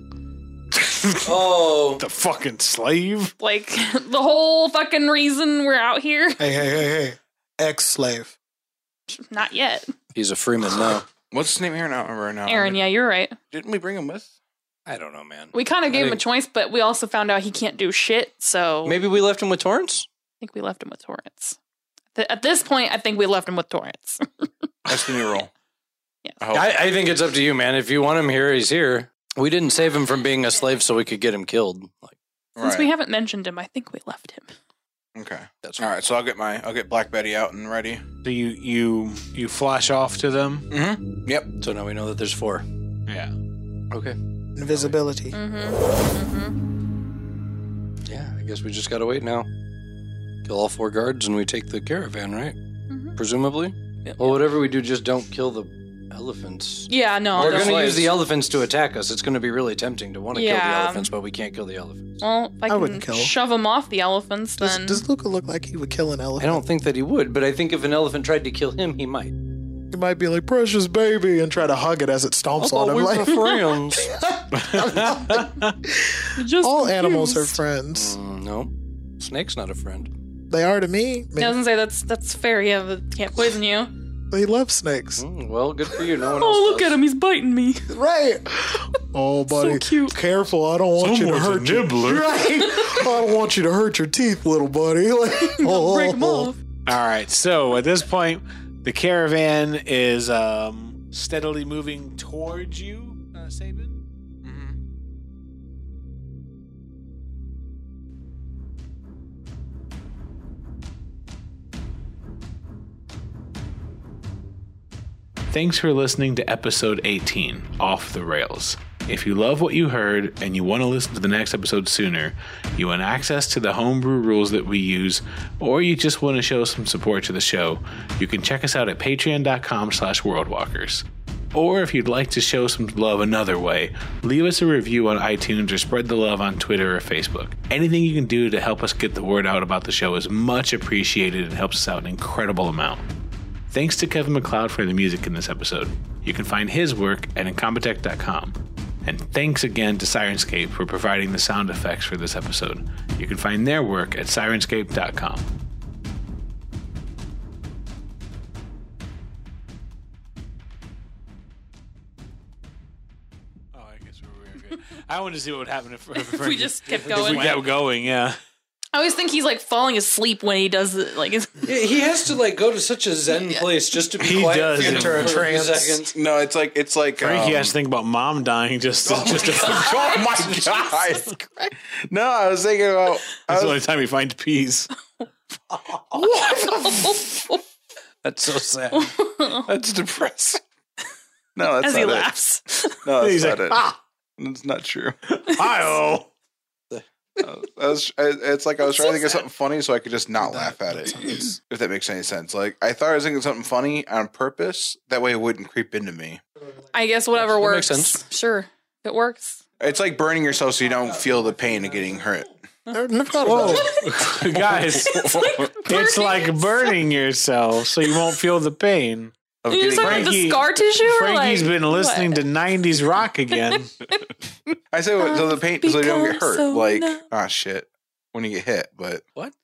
S6: Oh,
S1: the fucking slave
S7: Like the whole fucking reason we're out here.
S8: Hey, hey, hey, hey. Ex slave.
S7: Not yet.
S6: he's a freeman now.
S5: What's his name? Aaron? I don't remember now.
S7: Aaron, yeah, you're right.
S5: Didn't we bring him with?
S6: I don't know, man.
S7: We kind of gave him a
S6: think-
S7: choice, but we also found out he can't do shit. So
S6: Maybe we left him with Torrance.
S7: I think we left him with Torrance. Th- at this point, I think we left him with Torrance.
S5: That's the new role.
S7: Yes.
S5: I hope.
S6: I, I think it's up to you, man. If you want him here, he's here. We didn't save him from being a slave, so we could get him killed. Like,
S7: Since we
S5: Right.
S7: haven't mentioned him, I think we left him.
S5: Okay.
S6: That's
S5: All right. So I'll get my I'll get Black Betty out and ready.
S1: So you you you flash off to them.
S5: Mm-hmm.
S6: So now we know that there's four.
S1: Yeah.
S6: Okay.
S2: Invisibility.
S6: Yeah, I guess we just gotta wait now. Kill all four guards and we take the caravan, right?
S7: Mm-hmm.
S6: Presumably. Well, whatever we do, just don't kill the elephants.
S7: Yeah, no.
S6: We're
S7: don't-
S6: gonna use the elephants to attack us. It's gonna be really tempting to want to kill the
S7: Yeah.
S6: elephants, but we can't kill the elephants.
S7: Well, if I,
S8: I
S7: can
S8: wouldn't kill.
S7: shove them off the elephants,
S8: Does,
S7: then
S8: does Luca look like he would kill an
S6: I
S8: elephant?
S6: don't think that he would, but I think if an elephant tried to kill him, he might.
S8: He might be like, precious baby, and try to hug it as it stomps
S1: Oh,
S8: on him. Like,
S6: friends.
S7: just
S8: all animals are
S7: confused.
S8: friends.
S6: no, Mm, snake's not a friend.
S8: They are to me.
S7: It doesn't say that's that's fair. Yeah, but can't poison you.
S8: They love snakes.
S6: Mm, well, good for you. No one else.
S7: Oh, look
S6: does.
S7: at him! He's biting me.
S8: Right. Oh, buddy.
S7: cute.
S8: Careful. I don't want you to hurt your
S1: nibbler.
S8: Right. I don't want you to hurt your teeth, little buddy. Like, oh,
S7: Break 'em off.
S1: All right. So at this point, the caravan is um, steadily moving towards you, uh, Sabin. Thanks for listening to episode 18, Off the Rails. If you love what you heard and you want to listen to the next episode sooner, you want access to the homebrew rules that we use, or you just want to show some support to the show, you can check us out at patreon.com slash worldwalkers. Or if you'd like to show some love another way, leave us a review on iTunes or spread the love on Twitter or Facebook. Anything you can do to help us get the word out about the show is much appreciated and helps us out an incredible amount. Thanks to Kevin McLeod for the music in this episode. You can find his work at incompetech.com. And thanks again to Sirenscape for providing the sound effects for this episode. You can find their work at sirenscape.com. Oh, I guess we're I wanted to see what would happen if,
S7: If we just kept going.
S1: going, yeah.
S7: I always think he's like falling asleep when he does it. Like, it's,
S6: He has to like go to such a zen place just to be
S1: He
S6: quiet
S1: does.
S6: for
S1: Enter a
S6: a few
S8: trance.
S6: seconds.
S5: No, it's like it's like.
S1: Frankie
S5: um,
S1: has to think about mom dying just to, just to, that's
S5: Oh my god! No, I was thinking about.
S1: the
S5: I was,
S1: only time he finds peace.
S6: That's so sad.
S5: that's depressing. No, that's
S7: as
S5: not
S7: he
S5: it.
S7: laughs.
S5: No, that's
S1: He's
S5: not
S1: like,
S5: it.
S1: ah,
S5: It's not true.
S1: hi
S5: I was, I, it's like I was trying to think of something funny so I could just not laugh at it, if that makes any sense. Like I thought I was thinking of something funny on purpose. That way it wouldn't creep into me.
S7: I guess whatever
S6: That
S7: works.
S6: makes sense.
S7: Sure, it works.
S5: It's like burning yourself so you don't feel the pain of getting hurt.
S8: I've never thought about that.
S1: Guys, it's like burning yourself so you won't feel the pain.
S5: Of
S7: You just
S5: getting
S7: talking
S5: hurt.
S7: about the
S1: Frankie-
S7: scar tissue? or,
S1: Frankie's
S7: like,
S1: been listening
S7: what?
S1: to 90s rock again.
S5: I say what, so the pain so you don't get hurt.
S7: Because so
S5: like
S7: now-
S5: ah shit when you get hit, but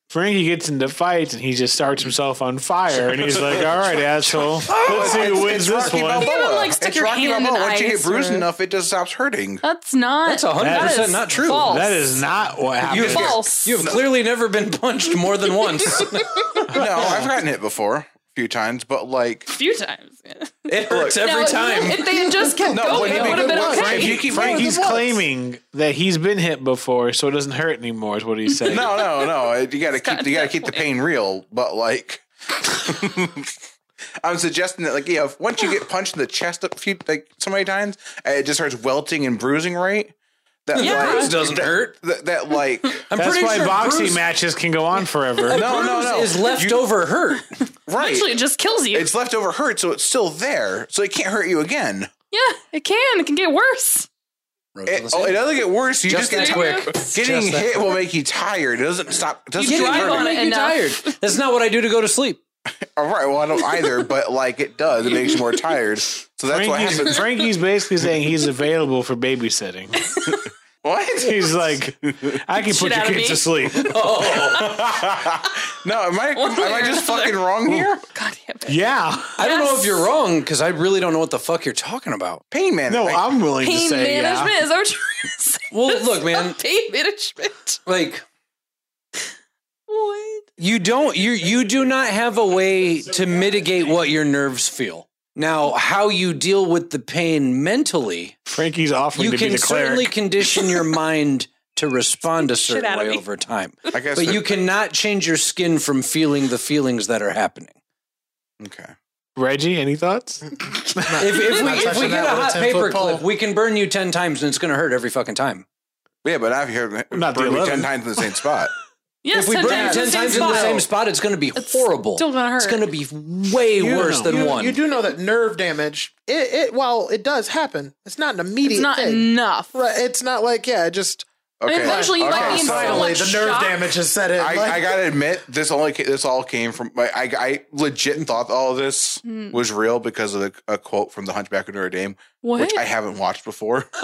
S1: Frankie gets into fights and he just starts himself on fire and he's like, all right, asshole,
S7: Ah!
S1: let's see who wins this one.
S7: Balboa. even, like, stuck
S5: it's
S7: your
S5: Rocky
S7: hand in
S5: Balboa. Once you get
S7: ice
S5: bruised
S7: or-
S5: enough, it just stops hurting.
S7: That's not.
S6: That's 100%
S7: that is
S6: not true.
S7: False.
S1: That is not what
S6: You
S1: happened.
S6: have,
S7: False.
S6: You have clearly never been punched more than once.
S5: no, I've gotten hit before a few times, but like
S7: a few times. yeah.
S6: it hurts every
S7: Now,
S6: time.
S7: If they had just kept
S5: No,
S7: going,
S5: when
S7: it
S5: you-
S7: would have been
S5: when-
S7: okay.
S5: Frank, you keep-
S1: Frankie's
S5: Well, it was.
S1: claiming that he's been hit before, so it doesn't hurt anymore, is what he's saying.
S5: no, no, no. You got to keep
S7: got
S5: you got to
S7: that
S5: keep the
S7: point.
S5: pain real, but like I'm suggesting that like yeah, if, once you get punched in the chest a few like so many times, and it just starts welting and bruising, right? That
S7: Yeah.
S5: like,
S6: Bruise doesn't hurt.
S5: that, that like
S6: I'm
S1: That's
S6: pretty
S1: why
S6: sure
S1: boxing
S6: bruise,
S1: matches can go on forever.
S5: no, no,
S6: bruise
S5: no
S6: is left
S5: You-
S6: over hurt.
S5: right.
S7: Actually, it just kills you.
S5: It's left over hurt, so it's still there, so it can't hurt you again.
S7: yeah, it can. It can get worse.
S5: It, oh, it doesn't get worse. You
S6: just
S5: just,
S6: that
S5: get
S6: quick.
S5: getting
S6: Just that-
S5: hit will make you tired. It doesn't stop. It doesn't
S7: You
S5: stop
S7: drive
S5: hurting.
S7: on it
S6: Make me
S7: enough.
S6: tired. That's not what I do to go to sleep.
S5: All right. Well, I don't either, but like it does. It makes you more tired. So that's what
S1: Frankie's,
S5: happens.
S1: Frankie's basically saying he's available for babysitting.
S5: What?
S1: He's like, I can put
S7: Shit
S1: your
S7: out of
S1: kids to
S7: me.
S1: sleep.
S5: No, am I
S7: One
S5: am
S7: way
S5: I
S7: or
S5: just
S7: another.
S5: fucking wrong here?
S7: God damn it.
S1: Yeah.
S6: I don't know if
S7: Yes.
S6: you're wrong because I really don't know what the fuck you're talking about.
S5: Pain man.
S1: No, I'm willing to
S7: Pain
S1: say
S7: management
S1: yeah.
S7: is that what you're trying to say?
S6: Well, look, man,
S7: Pain management.
S6: like
S7: What?
S6: you don't you you do not have a way to mitigate what your nerves feel. Now, how you deal with the pain mentally,
S1: Frankie's offering
S6: you
S1: to be
S6: can
S1: the cleric.
S6: certainly condition your mind to respond a certain
S7: Shit out of
S6: way
S7: me.
S6: over time.
S5: I guess.
S6: But
S5: that-
S6: you cannot change your skin from feeling the feelings that are happening.
S5: Okay.
S1: Reggie, any thoughts?
S6: If, if we,
S8: Not
S6: if we
S8: touching
S6: get a
S8: that with a
S6: hot
S8: 10-foot
S6: paper
S8: pole.
S6: clip, we can burn you 10 times and it's going to hurt every fucking time.
S5: Yeah, but I've heard
S1: Not the
S5: burn me
S1: 11.
S5: ten times in the same spot.
S7: Yes,
S6: if we
S7: 10
S6: burn you
S7: times,
S6: 10
S7: the same
S6: times in the
S7: spot.
S6: same spot, it's going to be horrible.
S7: still gonna
S6: It's
S7: hurt.
S6: going to be way
S1: You
S6: worse
S1: know.
S6: than
S8: you,
S6: one.
S8: you do know that nerve damage. It, it while it does happen, it's not an immediate.
S7: It's not
S8: thing.
S7: enough.
S8: right. It's not like yeah, it just
S5: Okay.
S7: eventually you might be in so
S5: so
S8: finally
S7: much
S8: the nerve
S7: shock.
S8: damage has set in.
S5: I,
S8: Like-
S5: I gotta admit, this only ca- this all came from my. I, I legit thought all of this
S7: Hmm.
S5: was real because of a, a quote from The Hunchback of Notre Dame,
S7: What? Oh.
S5: which I haven't watched before.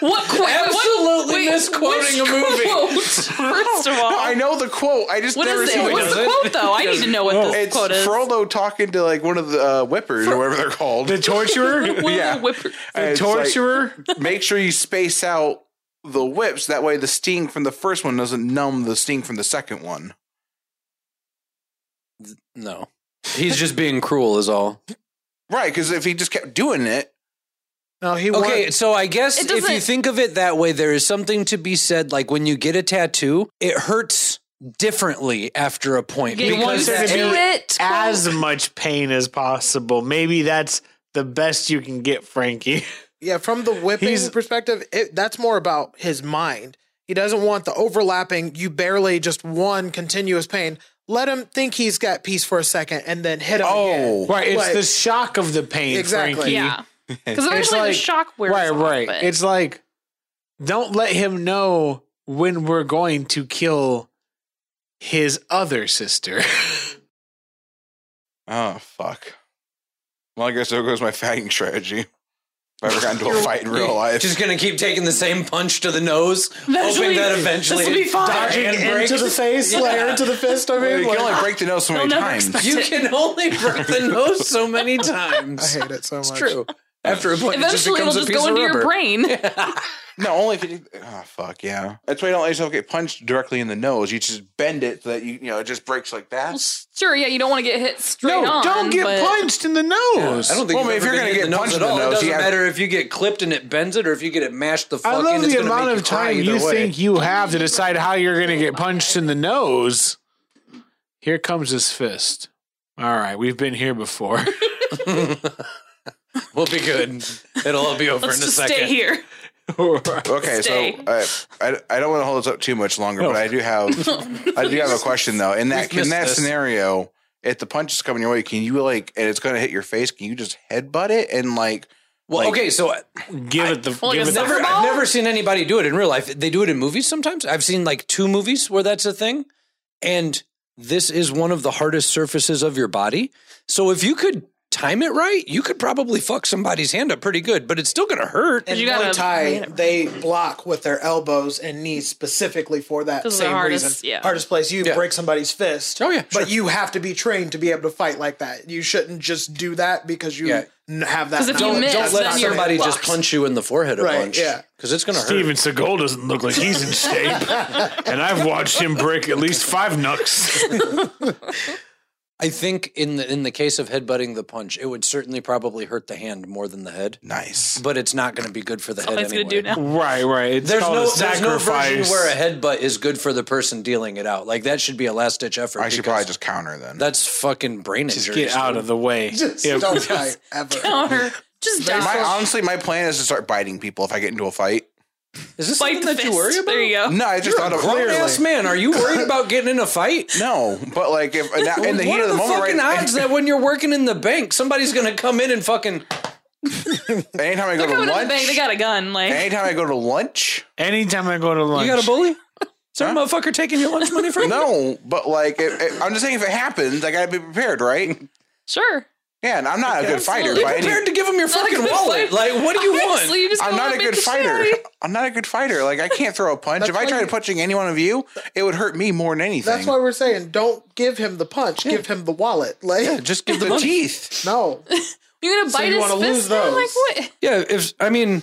S7: What quote?
S6: Absolutely misquoting
S7: which
S6: a movie.
S7: quote? First of all,
S5: No, I know the quote. I just
S7: what
S5: never
S7: is
S5: seen
S7: it?
S5: it.
S7: What's the quote though? I need to know what this
S5: It's
S7: quote is.
S5: Frollo talking to like one of the uh, whippers or whatever they're called.
S1: The torturer?
S7: One
S5: yeah.
S7: of the whippers.
S5: And
S1: The
S5: it's like,
S1: torturer?
S5: make sure you space out the whips. That way, the sting from the first one doesn't numb the sting from the second one.
S6: no. He's just being cruel, is all.
S5: Right? Because if he just kept doing it,
S8: no, he
S6: Okay,
S8: won't.
S6: so I guess
S7: It
S6: if you
S7: doesn't-
S6: think of it that way, there is something to be said. Like when you get a tattoo, it hurts differently after a point
S7: Get
S1: want
S6: because
S1: there to
S6: that
S1: be
S6: area-
S7: it.
S1: as much pain as possible. Maybe that's the best you can get, Frankie.
S8: Yeah, from the whipping
S1: He's-
S8: perspective, it, that's more about his mind. He doesn't want the overlapping. You barely just one continuous pain. Let him think he's got peace for a second, and then hit him.
S5: oh,
S8: again.
S1: Right. It's
S8: Like-
S1: the shock of the pain,
S8: Exactly.
S1: Frankie.
S7: Yeah. Because eventually the shock wears
S1: Right,
S7: off,
S1: right.
S7: but-
S1: It's like don't let him know when we're going to kill his other sister.
S5: oh fuck. Well, I guess there goes my fagging strategy. If I ever got into a fight in real life,
S6: Just gonna keep taking the same punch to the nose,
S7: Eventually-
S6: hoping that eventually
S7: this'll be fine.
S6: the hand breaks.
S8: into the face, like into the fist. I
S5: I mean,
S8: mean,
S5: you can
S8: like,
S5: only break the nose so many
S7: never
S5: times.
S7: expect-
S6: You can only break the nose so many times.
S8: I hate it so much.
S6: It's true. After a point,
S7: Eventually,
S6: it
S7: it'll
S6: just becomes
S7: just
S6: a piece
S7: go
S6: of
S7: into
S6: rubber.
S7: your brain.
S5: No, only if you. do- Oh fuck yeah! That's why you don't let yourself get punched directly in the nose. You just bend it so that you you know it just breaks like that.
S7: Well, sure, yeah, you don't want to get hit straight
S1: no,
S7: on.
S1: don't get
S7: but-
S1: punched in the nose.
S6: I don't think.
S5: Well, if
S6: you've ever
S5: you're
S6: been
S5: gonna
S6: hit
S5: get
S6: in the
S5: punched
S6: nose
S5: in
S6: at
S5: the
S6: all,
S5: nose,
S6: it doesn't
S5: you have-
S6: matter if you get clipped and it bends it, or if you get it mashed the fuck
S1: I love
S6: in. It's
S1: the
S6: gonna make
S1: amount
S6: you
S1: of
S6: cry
S1: time
S6: either
S1: you
S6: way.
S1: think you have to decide how you're going to get punched in the nose. Here comes his fist. All right, we've been here before.
S6: we'll be good. It'll all be over
S7: Let's
S6: in a
S7: just
S6: second.
S7: stay here.
S5: Okay,
S7: Stay.
S5: so uh, I, I don't want to hold this up too much longer, but I do have I do have a question though. In that
S6: We've
S5: in
S6: missed
S5: that
S6: this.
S5: scenario, if the punch is coming your way, can you like and it's going to hit your face? Can you just headbutt it and like?
S6: Well,
S5: like-
S6: okay, so I-
S1: give it the.
S7: Well,
S1: give it
S7: I
S6: I've
S7: guess
S1: the
S6: never,
S7: Soccer
S6: I've
S7: ball?
S6: never seen anybody do it in real life. They do it in movies sometimes. I've seen like two movies where that's a thing, and this is one of the hardest surfaces of your body. So if you could time it right, you could probably fuck somebody's hand up pretty good, but it's still gonna hurt.
S8: In
S7: You
S8: you
S7: gotta-
S8: Muay
S7: I
S8: Thai,
S7: mean, it-
S8: they block with their elbows and knees specifically for that
S7: This is the
S8: same
S7: hardest-
S8: reason.
S7: yeah.
S8: Hardest place you
S6: Yeah.
S8: break somebody's fist.
S6: Oh, yeah, sure.
S8: but you have to be trained to be able to fight like that. You shouldn't just do that because you
S6: Yeah.
S8: n- have that.
S7: 'Cause if you
S8: knowledge.
S7: miss,
S8: That's
S6: Don't let
S8: not
S7: then you're
S6: somebody just
S7: fucked.
S6: punch you in the forehead a
S8: Right,
S6: bunch.
S8: yeah.
S6: because it's gonna hurt.
S1: Steven Seagal doesn't look like he's in shape, and I've watched him break at least five knucks.
S6: I think in the in the case of headbutting the punch, it would certainly probably hurt the hand more than the head,
S5: Nice.
S6: but it's not gonna be good for the
S7: All
S6: head.
S7: it's
S6: anyway.
S7: going to do now.
S1: right, right. It's
S6: There's
S1: called
S6: no,
S1: a
S6: there's no version
S1: sacrifice.
S6: where a headbutt is good for the person dealing it out. Like that should be a last ditch effort.
S5: I should
S6: because
S5: probably just counter then.
S6: that's fucking brain injury.
S1: Get out of the way.
S8: Just
S1: Yeah,
S8: don't fight ever.
S7: Or just
S5: my,
S7: die.
S5: honestly, my plan is to start biting people if I get into a fight.
S6: Is this
S7: Bite
S6: something
S7: the
S6: that you worry
S7: fist.
S6: about?
S7: There you go.
S5: No, I just thought of
S6: Grown ass man, are you worried about getting in a fight?
S5: No, but like if now, in the
S6: what
S5: heat
S6: are
S5: of the moment,
S6: fucking
S5: right?
S6: odds that when you're working in the bank, somebody's gonna come in and fucking
S5: Anytime I go to
S7: Coming to the
S5: lunch,
S7: bank, they got a gun. Like,
S5: anytime I go to lunch,
S1: Anytime I go to lunch,
S6: you got a bully? Some motherfucker taking your lunch money from you?
S5: no. But like, it, it- I'm just saying, if it happens, I gotta be prepared, right?
S7: sure.
S5: Yeah, and I'm not a good fighter.
S7: absolutely.
S5: by
S6: You're
S5: any-
S6: prepared to give him your
S7: Not a
S6: fucking
S7: good
S6: wallet.
S7: fight.
S6: Like, what do you
S7: Honestly,
S6: want?
S7: you just
S5: I'm
S7: wanna
S5: not a
S7: make
S5: good
S7: the
S5: fighter.
S7: shit.
S5: I'm not a good fighter. Like I can't throw a punch. if I
S8: why
S5: tried
S8: you-
S5: punching any one of you, it would hurt me more than anything.
S8: That's why we're saying don't give him the punch. Give him the wallet. Like
S6: Just give
S5: the
S6: money.
S5: teeth.
S8: no.
S7: You're going to bite
S8: you
S7: his
S8: wanna lose
S7: fist? now? Like,
S8: those.
S7: what?
S6: Yeah, if I mean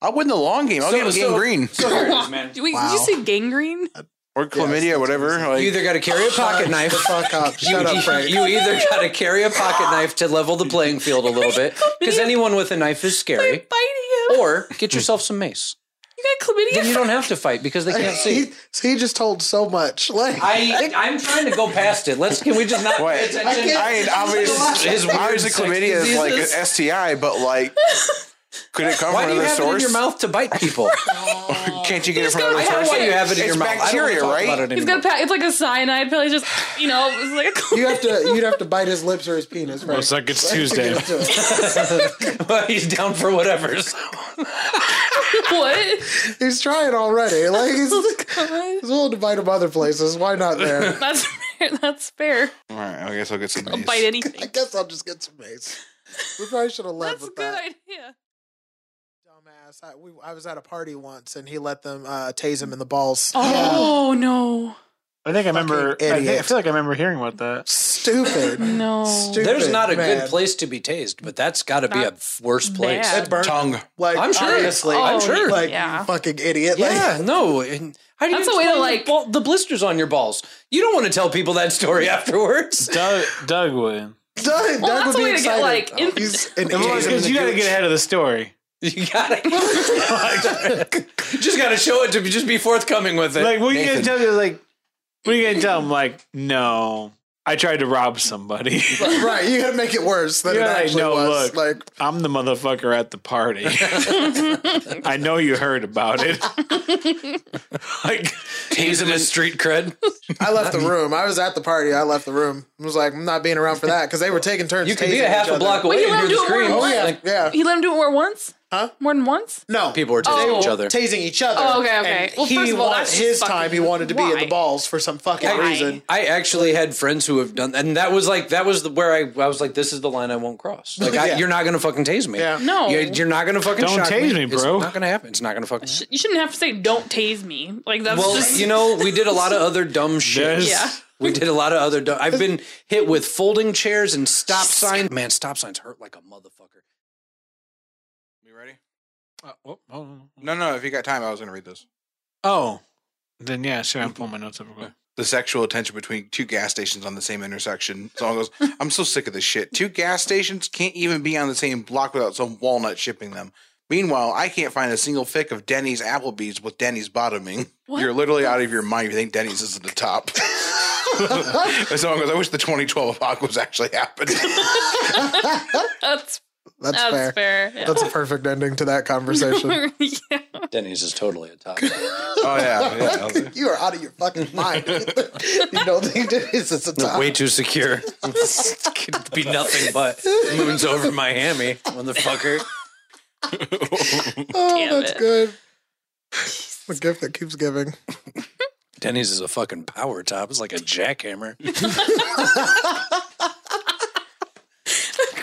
S5: I'll win the long game. I'll
S6: So-
S5: get a
S6: so-
S5: gangrene
S7: Do we,
S8: Wow.
S7: Did you say gangrene?
S5: or chlamydia or whatever. Like,
S6: you either gotta carry a pocket
S8: The
S6: knife
S8: fuck up. Shut up, Frank.
S6: You either got to carry a pocket knife to level the playing field a little bit, because anyone with a knife is scary,
S7: Biting him.
S6: or get yourself some mace.
S7: You got chlamydia?
S6: Then you don't have to fight because they can't see.
S8: He, he just told so much. Like
S6: I I'm trying to go past it. Let's can we just not pay
S5: Wait,
S6: attention?
S5: I mean, obviously,
S6: His weird
S5: obviously
S6: sex
S5: chlamydia is like an
S6: diseases.
S5: STI, but like, could it come
S6: Why
S5: from
S6: do you
S5: another
S6: have it in
S5: source?
S6: your mouth to bite people?
S5: Can't you get it from
S7: got-
S5: another
S7: I know
S5: source?
S7: why you have
S6: it in
S5: it's
S6: your mouth. I don't wanna
S5: bacteria,
S6: talk
S5: right?
S6: about it
S7: He's got a pa- it's like a cyanide pill. He's just, you know, it's like a
S8: you have to you'd have to bite his lips or his penis. Right?
S1: Looks like it's Tuesday.
S6: Well, he's down for whatever. so-
S7: what?
S8: He's trying already. Like he's, he's willing to bite him other places. Why not there?
S7: That's fair. That's fair.
S5: All right, I guess I'll get some.
S7: I'll
S5: mace.
S7: bite
S8: I
S7: anything.
S8: guess I'll just get some mace. We probably should have left
S7: That's a
S8: with
S7: good
S8: that.
S7: idea.
S8: Dumbass. I, we, I was at a party once and he let them uh, tase him in the balls.
S7: Oh no,
S9: I think I remember. I,
S8: Fucking
S9: think, I
S8: idiot.
S9: feel like I remember hearing about that.
S8: Stupid.
S7: no.
S8: Stupid.
S6: There's not a
S8: man.
S6: good place to be tased, but that's got to be a
S7: That's
S6: worse place.
S7: bad.
S8: That burnt-
S5: tongue.
S8: Like,
S6: I'm sure.
S8: Obviously.
S6: I'm
S7: Oh,
S6: sure.
S8: Like,
S7: yeah.
S8: you fucking idiot.
S6: Yeah,
S8: Like,
S6: no. and How do you
S7: That's a way to,
S6: explain
S7: like-
S6: the, ball- the blisters on your balls? You don't want to tell people that story afterwards.
S9: Doug, Doug would.
S8: Doug,
S7: Well,
S8: Doug
S7: that's
S8: would
S7: a way
S8: be
S7: to get
S8: excited.
S7: like. In-
S8: He's an idiot.
S9: Because you got to get ahead of the story.
S6: You gotta, just gotta show it to be, just be forthcoming with it.
S9: Like, what you
S6: Nathan.
S9: gonna tell me? Like, what you gonna tell him? Like, no, I tried to rob somebody.
S8: right, you gotta make it worse than
S9: You're
S8: it
S9: like,
S8: actually
S9: no,
S8: was.
S9: look.
S8: Like,
S9: I'm the motherfucker at the party. I know you heard about it. like,
S6: Tase him as street cred.
S8: I left the room. I was at the party. I left the room. I was like, I'm not being around for that because they were taking turns.
S6: You could be
S8: tasing
S6: a half
S8: each
S6: a
S8: other.
S6: block
S7: Wait,
S6: away and
S7: you let
S6: hear
S7: him
S6: the
S7: do it more
S6: scream.
S7: than
S8: Oh yeah,
S6: Like,
S8: yeah.
S7: he let him do it more once.
S8: Huh?
S7: More than once.
S8: No,
S6: people were tasing
S7: Oh.
S6: each other.
S8: tasing each other.
S7: Oh, okay, okay.
S8: And
S7: Well,
S8: he
S7: first of all,
S8: want-
S7: that's just
S8: his
S7: fucking-
S8: time. He wanted to be in
S7: why?
S8: the balls for some fucking
S7: Why?
S8: reason.
S6: I actually had friends who have done, and that was like that was the, where I, I was like, this is the line I won't cross. Like, I,
S8: Yeah.
S6: you're not gonna fucking tase me.
S8: Yeah.
S7: No.
S6: you're, you're not gonna fucking
S9: Don't
S6: shock
S9: tase me, bro.
S6: It's not gonna happen. It's not gonna fucking. Happen.
S7: You shouldn't have to say "Don't tase me." Like that's
S6: Well,
S7: just
S6: you know, we did a lot of other dumb shit.
S9: Yes.
S7: Yeah.
S6: We did a lot of other dumb. I've been hit with folding chairs and stop signs. Man, stop signs hurt like a motherfucker.
S5: You ready?
S9: oh, oh,
S5: No, no. If you got time, I was going to read this.
S9: oh, then yeah, sure. I'm pulling my notes up real quick.
S5: The sexual tension between two gas stations on the same intersection. Someone goes, "I'm so sick of this shit. Two gas stations can't even be on the same block without some walnut shipping them." Meanwhile, I can't find a single fic of Denny's Applebee's with Denny's bottoming. You're literally out of your mind. if You think Denny's is at the top. and someone goes, "I wish the 2012 apocalypse was actually happened."
S7: that's
S8: That's,
S7: that's
S8: fair.
S7: fair. Yeah.
S8: That's a perfect ending to that conversation.
S7: Yeah.
S6: Denny's is totally a top.
S5: oh yeah, yeah.
S8: you are out of your fucking mind. you don't think that is it's a top.
S6: Way too secure. Could be nothing but moons over Miami, motherfucker.
S8: Oh,
S7: Damn
S8: that's
S7: it.
S8: good. The gift that keeps giving.
S6: Denny's is a fucking power top. It's like a jackhammer.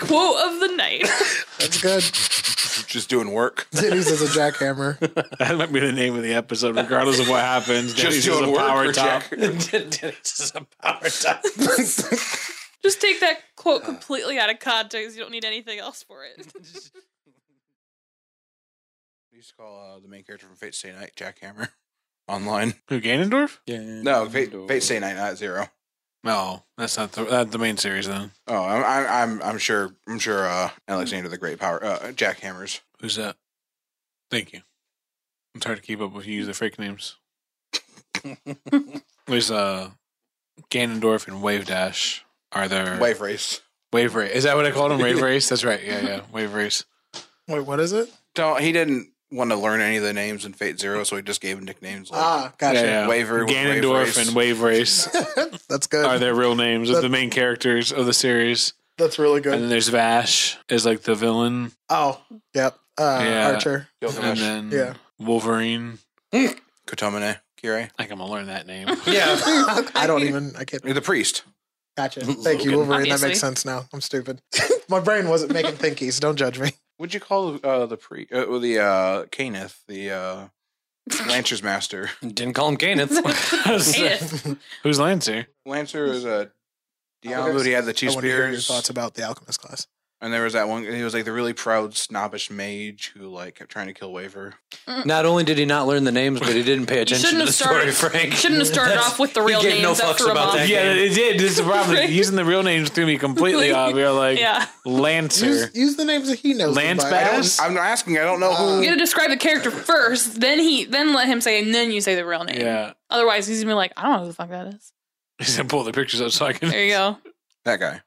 S7: Quote of the night.
S8: That's good.
S5: Just doing work.
S8: Denny's is a jackhammer.
S9: That might be the name of the episode, regardless of what happens. Denny's
S5: Just
S9: is
S5: doing
S9: a
S5: work.
S9: power
S5: for
S9: top.
S5: Jack.
S6: Denny's is a power top.
S7: Just take that quote completely out of context. You don't need anything else for it.
S6: uh,
S5: We used to call uh, the main character from Fate Stay Night Jackhammer online.
S9: Who Ganondorf?
S5: No, Fate, Fate Stay Night, not Zero.
S9: No, Oh, that's not the, that's the main series then.
S5: Oh, I'm I'm I'm, I'm sure I'm sure uh, Alexander the Great power uh, Jackhammers.
S9: Who's that? Thank you. It's hard to keep up with you use the fake names. There's uh Ganondorf and Wave Dash are there
S5: Wave race.
S9: Wave Race. Is that what I called them? Wave Race? That's right. Yeah, yeah. Wave Race.
S8: Wait, what is it?
S5: Don't he didn't want to learn any of the names in Fate Zero, so he just gave him nicknames. Like,
S8: Ah,
S9: Yeah,
S8: gotcha.
S9: yeah.
S5: Waver with Wave
S9: Ganondorf
S5: Race.
S9: and Wave Race
S8: That's good.
S9: are their real names of the main characters of the series.
S8: That's really
S9: And
S8: good.
S9: then there's Vash is like the villain.
S8: Oh, yep. Uh,
S9: Yeah.
S8: Archer.
S5: Gilgamesh,
S9: And then
S8: Yeah.
S9: Wolverine.
S5: Kotomine, Kirei,
S9: I think I'm gonna learn that name.
S6: Yeah.
S7: Mm.
S8: I don't even. I can't.
S5: the priest.
S8: Gotcha. Thank you, Wolverine. That
S7: Obviously.
S8: makes sense now. I'm stupid. My brain wasn't making pinkies. Don't judge me.
S5: What'd you call uh, the pre uh, well, the uh, Caneth, the uh, Lancer's master?
S6: Didn't call him Ganeth.
S7: Edith.
S9: Who's Lancer?
S5: Lancer is a
S8: Okay.
S5: Diablo. He had the two
S8: I want to hear your
S5: spears.
S8: thoughts about the alchemist class.
S5: And there was that one. He was like the really proud, snobbish mage who like kept trying to kill Waver.
S6: Not only did he not learn the names, but he didn't pay attention to
S7: shouldn't
S6: the
S7: have started-
S6: story, Frank.
S7: shouldn't have started
S6: That's-
S7: off with the real
S6: he gave no
S7: names. That
S6: fucks
S7: threw him
S6: about
S7: off.
S6: that
S9: Yeah,
S6: game.
S9: it did. This is the problem.
S7: Right.
S9: Using the real names threw me completely off. We were like,
S7: Yeah.
S9: Lancer.
S8: Use, use the names that Uh, he knows. them
S9: Lance
S8: by.
S9: Bass?
S8: I don't-
S9: Yes.
S5: I'm not asking. I don't know who.
S7: You gotta describe the character first, then he, then let him say, and then you say the real name.
S9: Yeah.
S7: Otherwise, he's gonna be like, I don't know who the fuck that is.
S9: He's going to pull the pictures up so I can.
S7: There you go.
S5: That guy.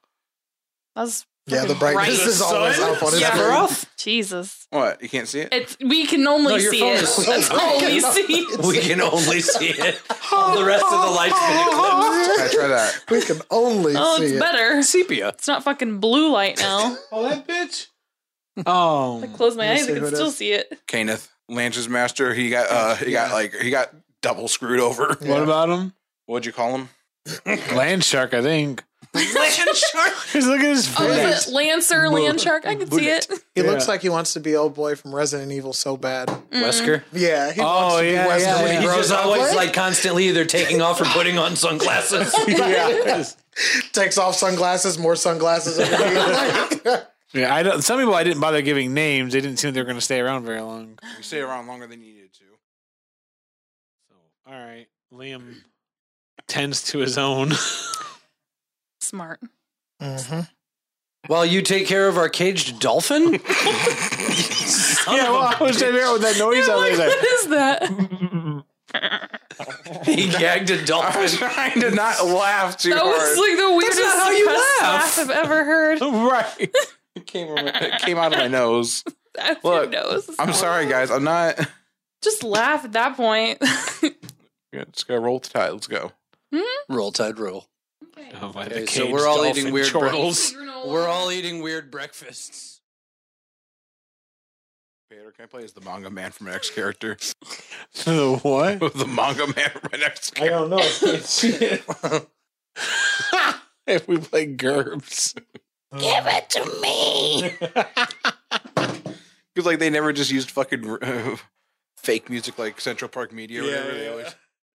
S7: That's
S8: Yeah, the
S7: fucking
S8: brightness
S7: bright.
S8: is always
S9: Son?
S8: up on his
S7: Yeah.
S8: screen.
S7: Jesus.
S5: What? You can't see it?
S7: It's we can only
S6: No, your
S7: see
S6: phone
S7: it.
S6: is
S9: Oh,
S6: so
S7: That's all we see.
S6: We can only see it. All the rest of the lights been
S5: I try that.
S8: We can only
S7: Oh,
S8: see
S7: it's
S8: it.
S7: better.
S6: eclipsed. Sepia.
S7: It's not fucking blue light now.
S9: Oh, that bitch. Oh.
S7: I close my
S8: Let me
S7: eyes,
S8: see
S7: I can
S8: who it
S7: still
S8: is.
S7: see it.
S5: Caneth, Lance's master. He got. uh He got like. He got double screwed over.
S9: What about him?
S5: What'd you call him?
S9: Land shark, I think. Land shark. Just look at his
S7: Oh,
S9: face.
S7: is it Lancer, Landshark? I can see it.
S8: He
S9: Yeah.
S8: looks like he wants to be old boy from Resident Evil so bad.
S6: Wesker.
S8: Yeah, he wants
S9: Oh,
S8: to
S9: yeah,
S8: be Wesker
S9: yeah,
S8: when
S9: yeah.
S8: he
S6: He
S8: grows
S6: was
S8: up.
S6: always
S8: What?
S6: like constantly either taking off or putting on sunglasses.
S9: yeah.
S8: takes off sunglasses, more sunglasses. Every year.
S9: yeah, I don't. Some people I didn't bother giving names. They didn't seem they were going to stay around very long.
S5: You stay around longer than you needed to.
S9: So, all right, Liam tends to his own.
S7: Smart.
S8: Mhm.
S6: While you take care of our caged dolphin?
S5: Oh,
S9: yeah, well, I was trying to figure out what that noise out there.
S7: What is that?
S6: he gagged a
S5: I was
S6: dolphin.
S5: trying to not laugh too
S7: That
S5: hard.
S7: was like the weirdest
S6: not how you
S7: suppressed
S6: laugh.
S7: laugh I've ever heard.
S9: Right.
S5: it, came from- it came out of my nose.
S7: Out of
S5: Look,
S7: your nose.
S5: I'm sorry, guys. I'm not.
S7: Just laugh at that point.
S5: Yeah, let's go roll the tide. Let's go.
S6: Roll tide roll.
S9: Oh, my, the
S6: Okay, so
S9: caged
S6: we're all
S9: dolphin
S6: eating weird
S9: chortle.
S6: breakfasts. We're all eating weird breakfasts.
S5: Peter, can I play as the manga man from my next character?
S9: the what?
S5: the manga man from my next character.
S9: don't know. I can't see it. if we play Gerbs.
S5: Because like they never just used fucking uh, fake music like Central Park Media. Or whatever. They always